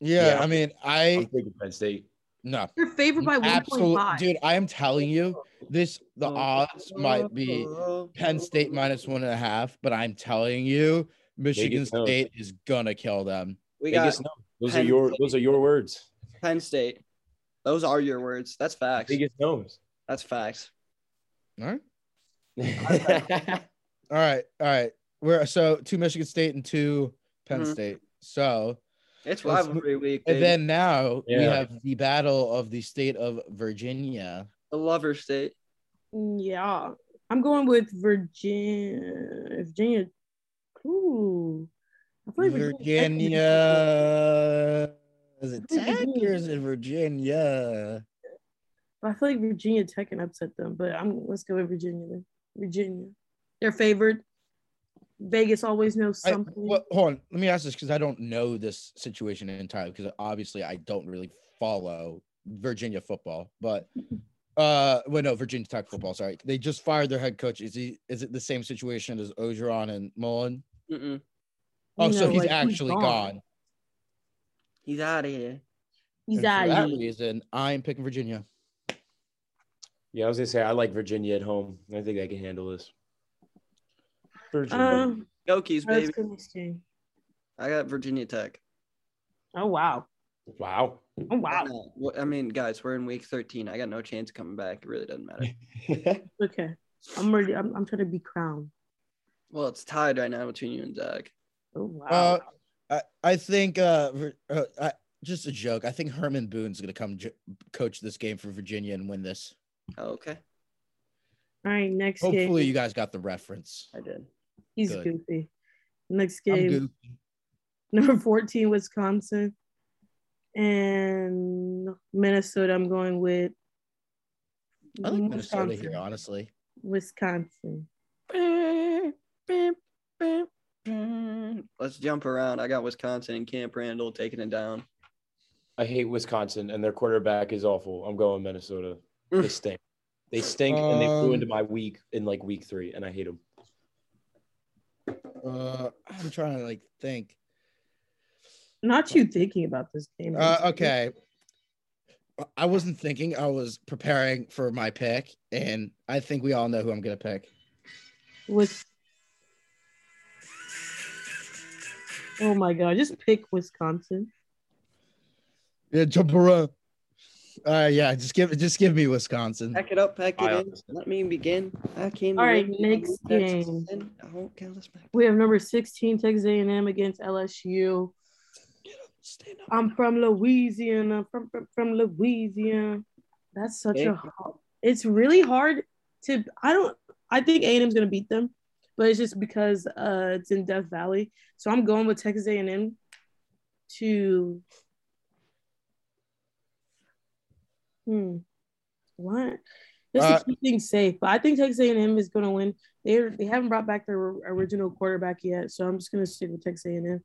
Yeah, Yeah. I mean, I'm I taking Penn State. no. They're favored by one point Absolute- five. dude. I am telling you, this the Oh. odds might be Penn State minus one and a half, but I'm telling you, Michigan Vegas knows. State is gonna kill them. We got Vegas, no. Those are Penn your State. those are your words. Penn State. Those are your words. That's facts. Vegas knows. That's facts. All right. All right. All right. We're so two Michigan State and two Penn Mm-hmm. Mhm. State. So It's Let's rivalry week. Baby. and then now we Yeah. have the battle of the state of Virginia. the lover state. Yeah, I'm going with Virginia. Virginia. Ooh. I feel like Virginia. Virginia. Is it I feel like Tech Virginia- or is it Virginia? I feel like Virginia Tech can upset them, but I'm let's go with Virginia then. Virginia. They're favored. Vegas always knows I, something. well, hold on. Let me ask this because I don't know this situation in time because obviously I don't really follow Virginia football. But uh, well, no, Virginia Tech football. Sorry, they just fired their head coach. Is he? Is it the same situation as Ogeron and Mullen? Mm-mm. Oh, You so know, he's like, actually gone. He's out of here. He's And out for of that here. reason, I'm picking Virginia. yeah, I was gonna say I like Virginia at home. I think I can handle this. Virginia. Um, Go Keys, let's baby. go next game. I got Virginia Tech. Oh wow. [laughs] wow. Oh wow. No, wh- I mean, guys, we're in week 13. I got no chance of coming back. It really [laughs] doesn't matter. Okay. I'm ready. I'm, I'm trying to be crowned. well, it's tied right now between you and Zach. Oh wow. Uh, I, I think uh, Vir- uh I, just a joke. I think Herman Boone's gonna come j- coach this game for Virginia and win this. Oh, okay. All right, next Hopefully, you game. guys got the reference. I did. He's good. goofy. Next I'm game. goofy. number 14 wisconsin and minnesota i'm going with I like Minnesota Wisconsin. here, honestly. wisconsin Let's jump around. I got Wisconsin and Camp Randall taking it down. I hate Wisconsin and their quarterback is awful. I'm going Minnesota. They stink. They stink and they Um, flew into my week in like week three, and I hate them. Uh, I'm trying to like think. not you thinking about this game Uh, okay. I wasn't thinking. I was preparing for my pick, and I think we all know who I'm gonna pick. with oh my god just pick wisconsin Yeah, jump around. Uh, yeah, just give just give me Wisconsin. Pack it up, pack it I in. Let me begin. I came. All to right, win. next Texas game. and I won't count us back. we have number 16 texas a&m against lsu Stand up. I'm from Louisiana. From from, from Louisiana. That's such Okay. a hard. It's really hard to. I don't. I think A and M's gonna beat them, but it's just because uh it's in Death Valley. So I'm going with Texas A and M to. Hmm. What? Just Uh, to keep things safe, but I think Texas A and M is gonna win. They they haven't brought back their original quarterback yet, so I'm just gonna stick with Texas A and M.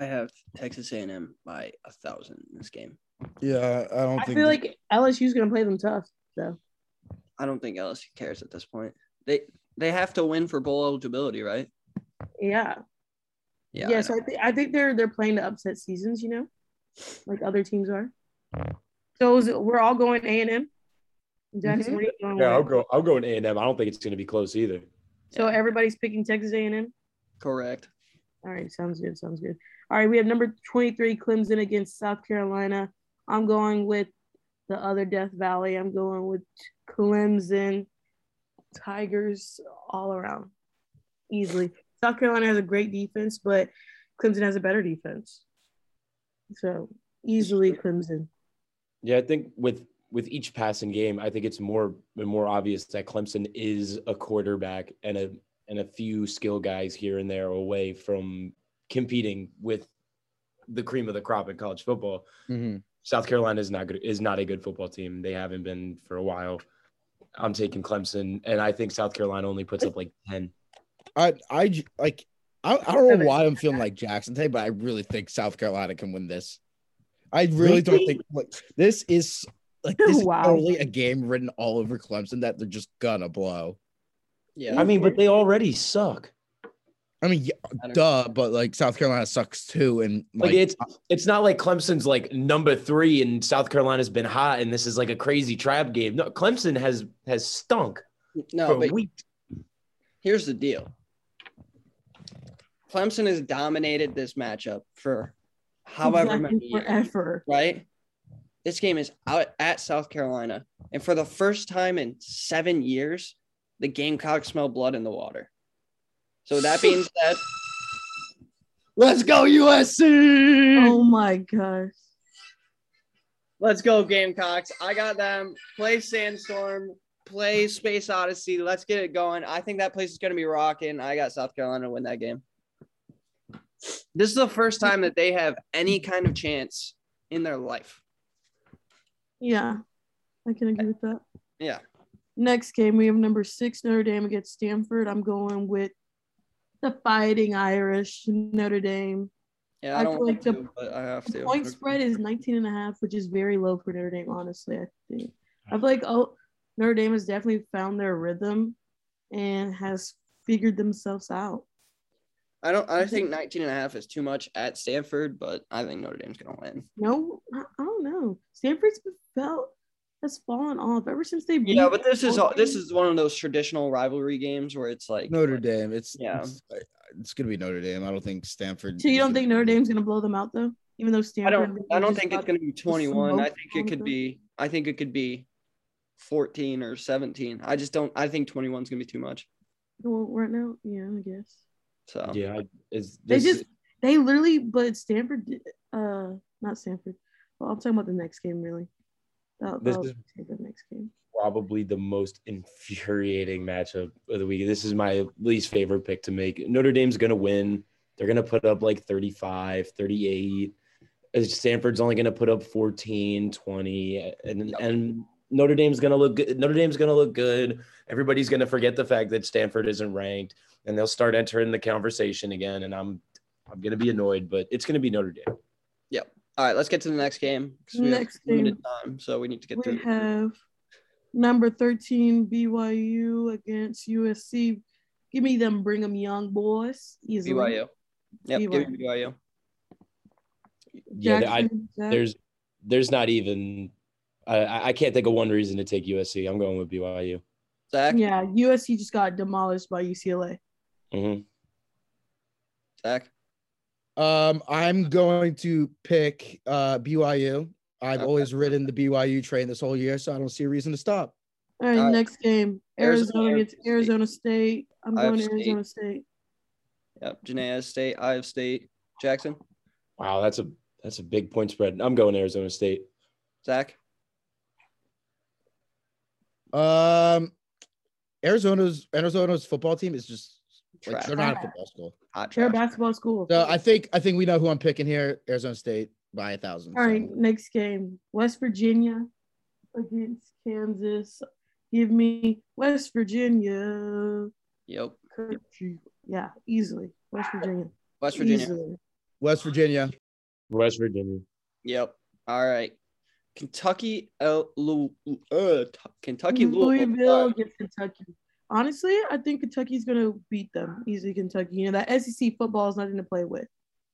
I have Texas A&M by a thousand in this game. Yeah, I don't I think feel like LSU's gonna play them tough. I don't think LSU cares at this point. They they have to win for bowl eligibility, right? Yeah. Yeah. I know. so I, think I think they're they're playing the upset seasons, you know, like other teams are. So is it- we're all going A and M. Jackson, what are you going Yeah, I'll with? go. I'll go in A and I don't think it's going to be close either. So everybody's picking Texas A and M. Correct. All right, sounds good. Sounds good. All right, we have number twenty three Clemson against South Carolina. I'm going with the other Death Valley. I'm going with Clemson. Tigers all around, easily. South Carolina has a great defense, but Clemson has a better defense. So easily Clemson. Yeah, I think with with each passing game, I think it's more and more obvious that Clemson is a quarterback and a and a few skill guys here and there away from competing with the cream of the crop in college football. Mhm. South Carolina is not good is not a good football team. They haven't been for a while. I'm taking Clemson, and I think South Carolina only puts up like ten. I I j- like I, I don't know why I'm feeling like Jackson today, but I really think South Carolina can win this. I really don't Really? think like this is like this is [laughs] Wow. totally a game written all over Clemson that they're just gonna blow. Yeah. I mean, but they already suck. I mean, yeah, I don't- duh, but like South Carolina sucks too, and Like, like, it's it's not like Clemson's like number three and South Carolina's been hot and this is like a crazy trap game. No, Clemson has has stunk no, for but weeks. here's the deal. Clemson has dominated this matchup for however Exactly many years, forever. right? This game is out at South Carolina, and for the first time in seven years, the Gamecocks smell blood in the water. So that [laughs] being said, let's go USC. Oh my gosh. Let's go Gamecocks. I got them. Play Sandstorm. Play Space Odyssey. Let's get it going. I think that place is going to be rocking. I got South Carolina to win that game. This is the first time that they have any kind of chance in their life. Yeah. I can agree with that. Yeah. Next game, we have number six, Notre Dame against Stanford. I'm going with the fighting Irish, Notre Dame. Yeah, I I don't feel want like to, the- but I have The to. point spread is 19 and a half, which is very low for Notre Dame, honestly. I think I feel like oh Notre Dame has definitely found their rhythm and has figured themselves out. I don't I think 19 and a half is too much at Stanford, but I think Notre Dame's gonna win. No, I, I don't know. Stanford's been- felt has fallen off ever since they beat Yeah, but this is all Oregon. this is one of those traditional rivalry games where it's like Notre Dame. It's Yeah. It's, it's gonna be Notre Dame. I don't think Stanford. So you is don't gonna- think Notre Dame's gonna blow them out though, even though I Stanford. don't I don't just think it's got- gonna be 21. I smoke think it on could them. be I think it could be 14 or 17. I just don't I think 21 is gonna be too much. well, right now. Yeah, I guess So Yeah, I- is they this, just they literally. But Stanford, did- uh, not Stanford. Well, I'm talking about the next game really. That, This that is- was the next game. probably the most infuriating matchup of the week. This is my least favorite pick to make. Notre Dame's going to win. They're going to put up like 35, 38. Uh, Stanford's only going to put up 14, 20 and and Notre Dame's going to look good. Notre Dame's going to look good. Everybody's going to forget the fact that Stanford isn't ranked and they'll start entering the conversation again and I'm I'm going to be annoyed, but it's going to be Notre Dame. all right, let's get to the next game. 'cause we have Next limited time, so we need to get We through. have number 13 BYU against USC. Give me them, bring them, young boys. Easily. BYU. Yep, give me BYU. Yeah, I- Jackson, Zach- there's there's not even I- I, I can't think of one reason to take USC. I'm going with BYU. Zach, yeah, USC just got demolished by UCLA. hmm Zach. Um, I'm going to pick uh BYU. I've Okay. always ridden the BYU train this whole year, so I don't see a reason to stop. All right, All right. next game. Arizona, Arizona against Arizona Arizona State. I'm Iowa going to State. Arizona State. Yep, Janaea State, Iowa State, Jackson, Wow, that's a that's a big point spread. I'm going Arizona State. Zach. Um, Arizona's Arizona's football team is just like, Trash. they're not a football school. Hot They're a trash. basketball school. So I think I think we know who I'm picking here. Arizona State by a thousand. All so- right, next game. West Virginia against Kansas. Give me West Virginia. Yep. Kirk- Yeah, easily. West Virginia. West Virginia. Easily. West Virginia. West Virginia. Yep. All right. Kentucky, El, Lu, uh, T- Kentucky, Louisville. Louisville gets Kentucky. Honestly, I think Kentucky's gonna beat them easily. Kentucky, you know that SEC football is nothing to play with.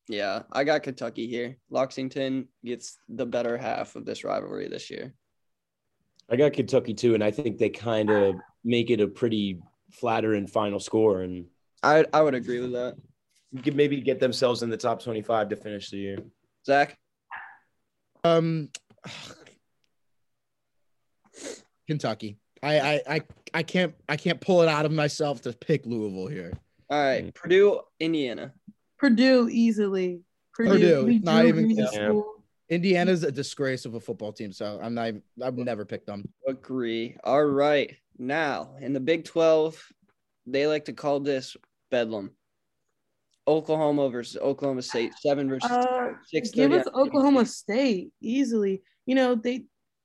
Yeah, I got Kentucky here. Lexington gets the better half of this rivalry this year. I got Kentucky too, and I think they kind of make it a pretty flattering final score and I I would agree with that. could maybe get themselves in the top 25 to finish the year. Zach, Um, [sighs] Kentucky. I, I I I can't I can't pull it out of myself to pick Louisville here. all right. Purdue, Indiana. Purdue easily. Purdue, we not drew even- Reed's Yeah. school. Indiana's a disgrace of a football team, so I'm not. even- I've never picked them. Agree. All right. Now in the Big Twelve, they like to call this bedlam. Oklahoma versus Oklahoma State, seven versus Uh, six. give 30. us Oklahoma State easily. You know they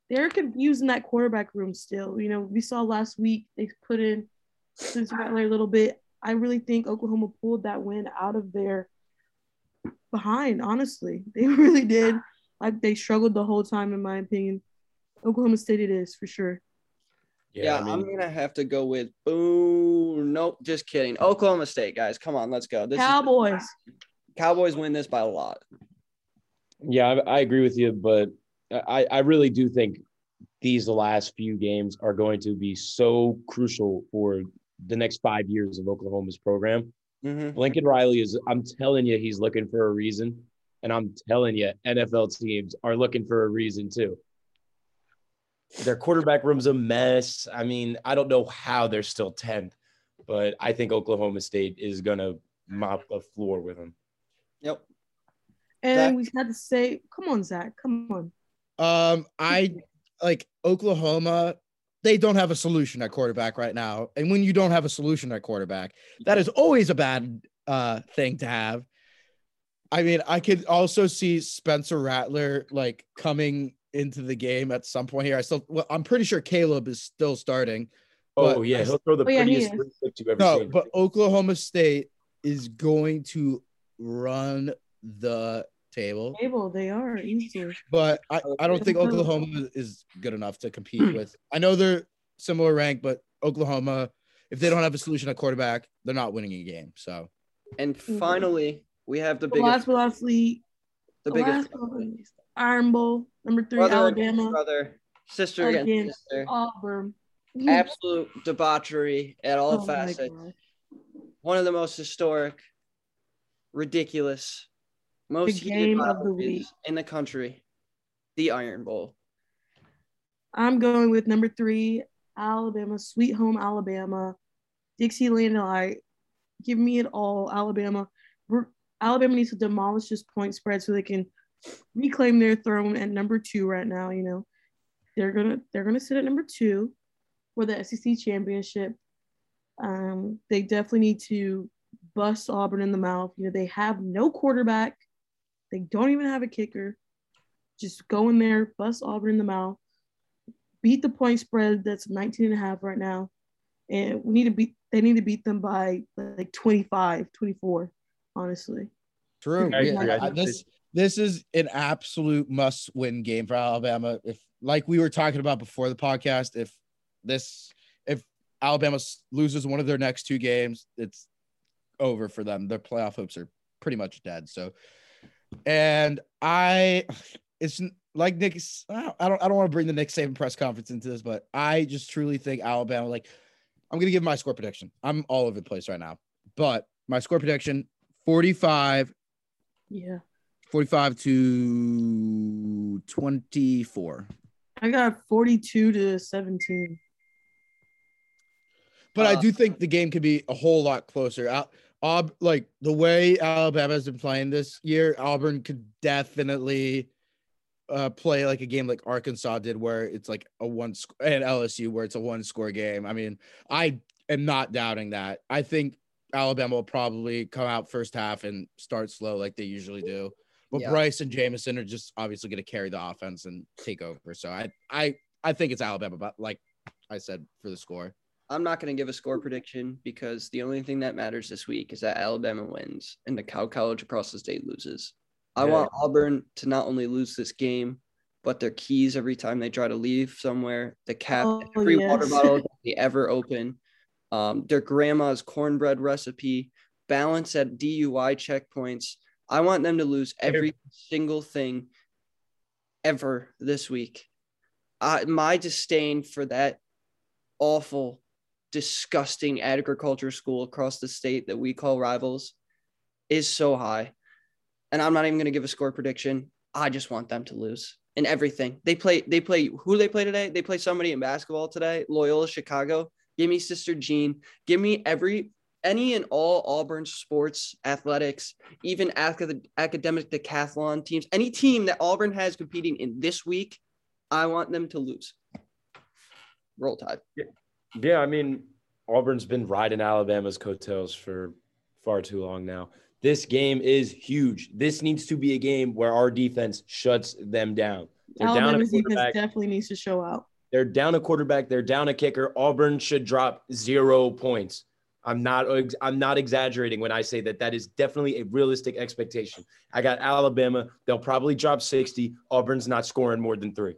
they're confusing that quarterback room still. You know we saw last week they put in since Rattler a little bit. I really think Oklahoma pulled that win out of their behind. Honestly, [laughs] they really did. Like they struggled the whole time, in my opinion. Oklahoma State, it is for sure. Yeah, I'm gonna have to go with boo. Nope, just kidding. Oklahoma State, guys, come on, let's go. This is- Cowboys. Cowboys win this by a lot. Yeah, I, I agree with you, but I, I really do think these last few games are going to be so crucial for the next five years of Oklahoma's program. Mhm. Lincoln Riley is, I'm telling you, he's looking for a reason. And I'm telling you, NFL teams are looking for a reason too. Their quarterback room's a mess. I mean, I don't know how they're still 10th, but I think Oklahoma State is going to mop the floor with them. Yep. And we had to say, come on, Zach, come on. Um, I like Oklahoma. They don't have a solution at quarterback right now, and when you don't have a solution at quarterback, that is always a bad uh, thing to have. I mean, I could also see Spencer Rattler like coming into the game at some point here. I still, well, I'm pretty sure Caleb is still starting. Oh, But- yeah. He'll throw the Oh, yeah, he prettiest is. free kick you've ever No, seen. but Oklahoma State is going to run the table. Able, they are easily. but I, I don't think Mhm. Oklahoma is good enough to compete with. I know they're similar rank, but Oklahoma, if they don't have a solution at quarterback, they're not winning a game. So And finally, we have the The biggest, last but last league, the the biggest last but not least, Iron Bowl, number three, brother against Alabama, brother, sister against Against- sister, Auburn. absolute debauchery at all Oh my facets. God. One of the most historic, ridiculous, most heated game of the rivalries week. in the country, the Iron Bowl. I'm going with number three, Alabama, Sweet Home Alabama, Dixieland Delight. Give me it all, Alabama. We're, Alabama needs to demolish this point spread so they can reclaim their throne at number two right now. You know, they're gonna they're gonna sit at number two for the SEC championship. Um, they definitely need to bust Auburn in the mouth. You know, they have no quarterback. They don't even have a kicker. Just go in there, bust Auburn in the mouth beat the point spread that's 19 and a half right now and we need to beat they need to beat them by like 25 24 honestly true. I agree. Yeah, I I- think this this is an absolute must-win game for Alabama. If like we were talking about before the podcast, if this if Alabama s- loses one of their next two games, it's over for them. Their playoff hopes are pretty much dead. So, and I, it's n- like Nick. I don't. I don't, want to bring the Nick Saban press conference into this, but I just truly think Alabama. Like, I'm gonna give my score prediction. I'm all over the place right now, but my score prediction: 45, yeah 45 to 24. i got 42 to 17 But I Uh, do think the game could be a whole lot closer. Out, Aub, like the way Alabama's been playing this year, Auburn could definitely uh, play like a game like Arkansas did, where it's like a one sc- and LSU, where it's a one score game. I mean, I am not doubting that. I think Alabama will probably come out first half and start slow like they usually do. But Yeah. Bryce and Jameson are just obviously going to carry the offense and take over. So I, I, I think it's Alabama, but like I said for the score. I'm not going to give a score prediction because the only thing that matters this week is that Alabama wins and the Cow College across the state loses. I Yeah. want Auburn to not only lose this game, but their keys every time they try to leave somewhere, the cap, Oh, every water yes. bottle [laughs] that they ever open, um, their grandma's cornbread recipe, balance at DUI checkpoints. I want them to lose every single thing ever this week. I, my disdain for that awful, disgusting agriculture school across the state that we call rivals is so high. And I'm not even going to give a score prediction. I just want them to lose in everything. They play, they play who they play today. They play somebody in basketball today, Loyola Chicago. Give me Sister Jean. Give me every, any and all Auburn sports, athletics, even ath- academic decathlon teams, any team that Auburn has competing in this week, I want them to lose. Roll Tide. Yeah, I mean, Auburn's been riding Alabama's coattails for far too long now. This game is huge. This needs to be a game where our defense shuts them down. They're down a alabama's defense quarterback. definitely needs to show out They're down a quarterback. They're down a kicker. Auburn should drop zero points. I'm not. I'm not exaggerating when I say that. That is definitely a realistic expectation. I got Alabama. They'll probably drop 60. Auburn's not scoring more than three.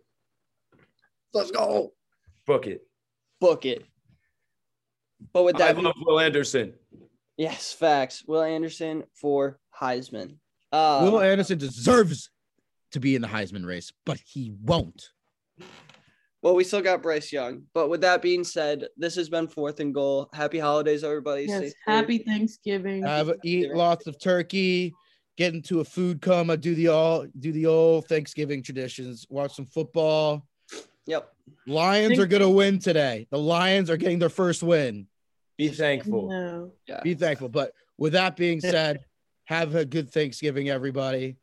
Let's go. Book it. Book it. But with I that, love Will Anderson. yes, facts. Will Anderson for Heisman. Uh, Will Um, Anderson deserves to be in the Heisman race, but he won't. well, we still got Bryce Young. But with that being said, this has been fourth and goal. Happy holidays, everybody. Stay yes safe. happy thanksgiving Have eat lots of turkey, get into a food coma, do the all do the old Thanksgiving traditions, watch some football, Yep. Lions are gonna win today. The Lions are getting their first win. Be thankful. No. Yeah. Be thankful. But with that [laughs] being said, have a good Thanksgiving, everybody.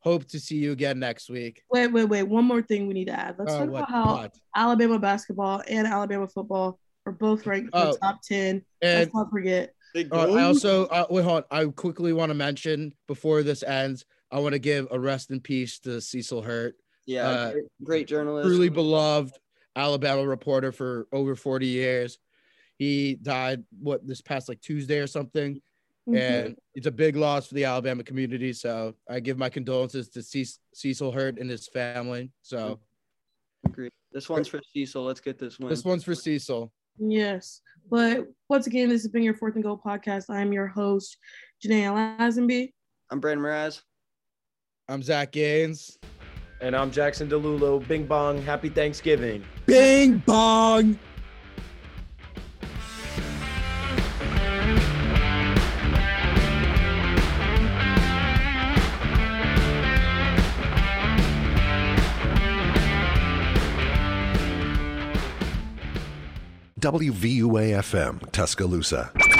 Hope to see you again next week. Wait, wait, wait. One more thing we need to add. Let's Oh, talk what about how God. Alabama basketball and Alabama football are both ranked in Oh. the top 10. and Let's not forget. uh, I also uh, wait, hold on. I quickly want to mention before this ends. I want to give a rest in peace to Cecil Hurt, yeah, uh, great, great journalist. truly beloved Alabama reporter for over 40 years. He died what this past like Tuesday or something. Mm-hmm. and it's a big loss for the Alabama community. So I give my condolences to Ce- Cecil Hurt and his family. So Agree. This one's for Cecil. Let's get this one. this one's for Cecil. Yes. But once again, this has been your Fourth and Goal podcast. I'm your host, Janae Lazenby. I'm Brandon Mraz. I'm Zach Gaines. And I'm Jackson Delulo. Bing bong. Happy Thanksgiving. Bing bong. WVUA FM Tuscaloosa.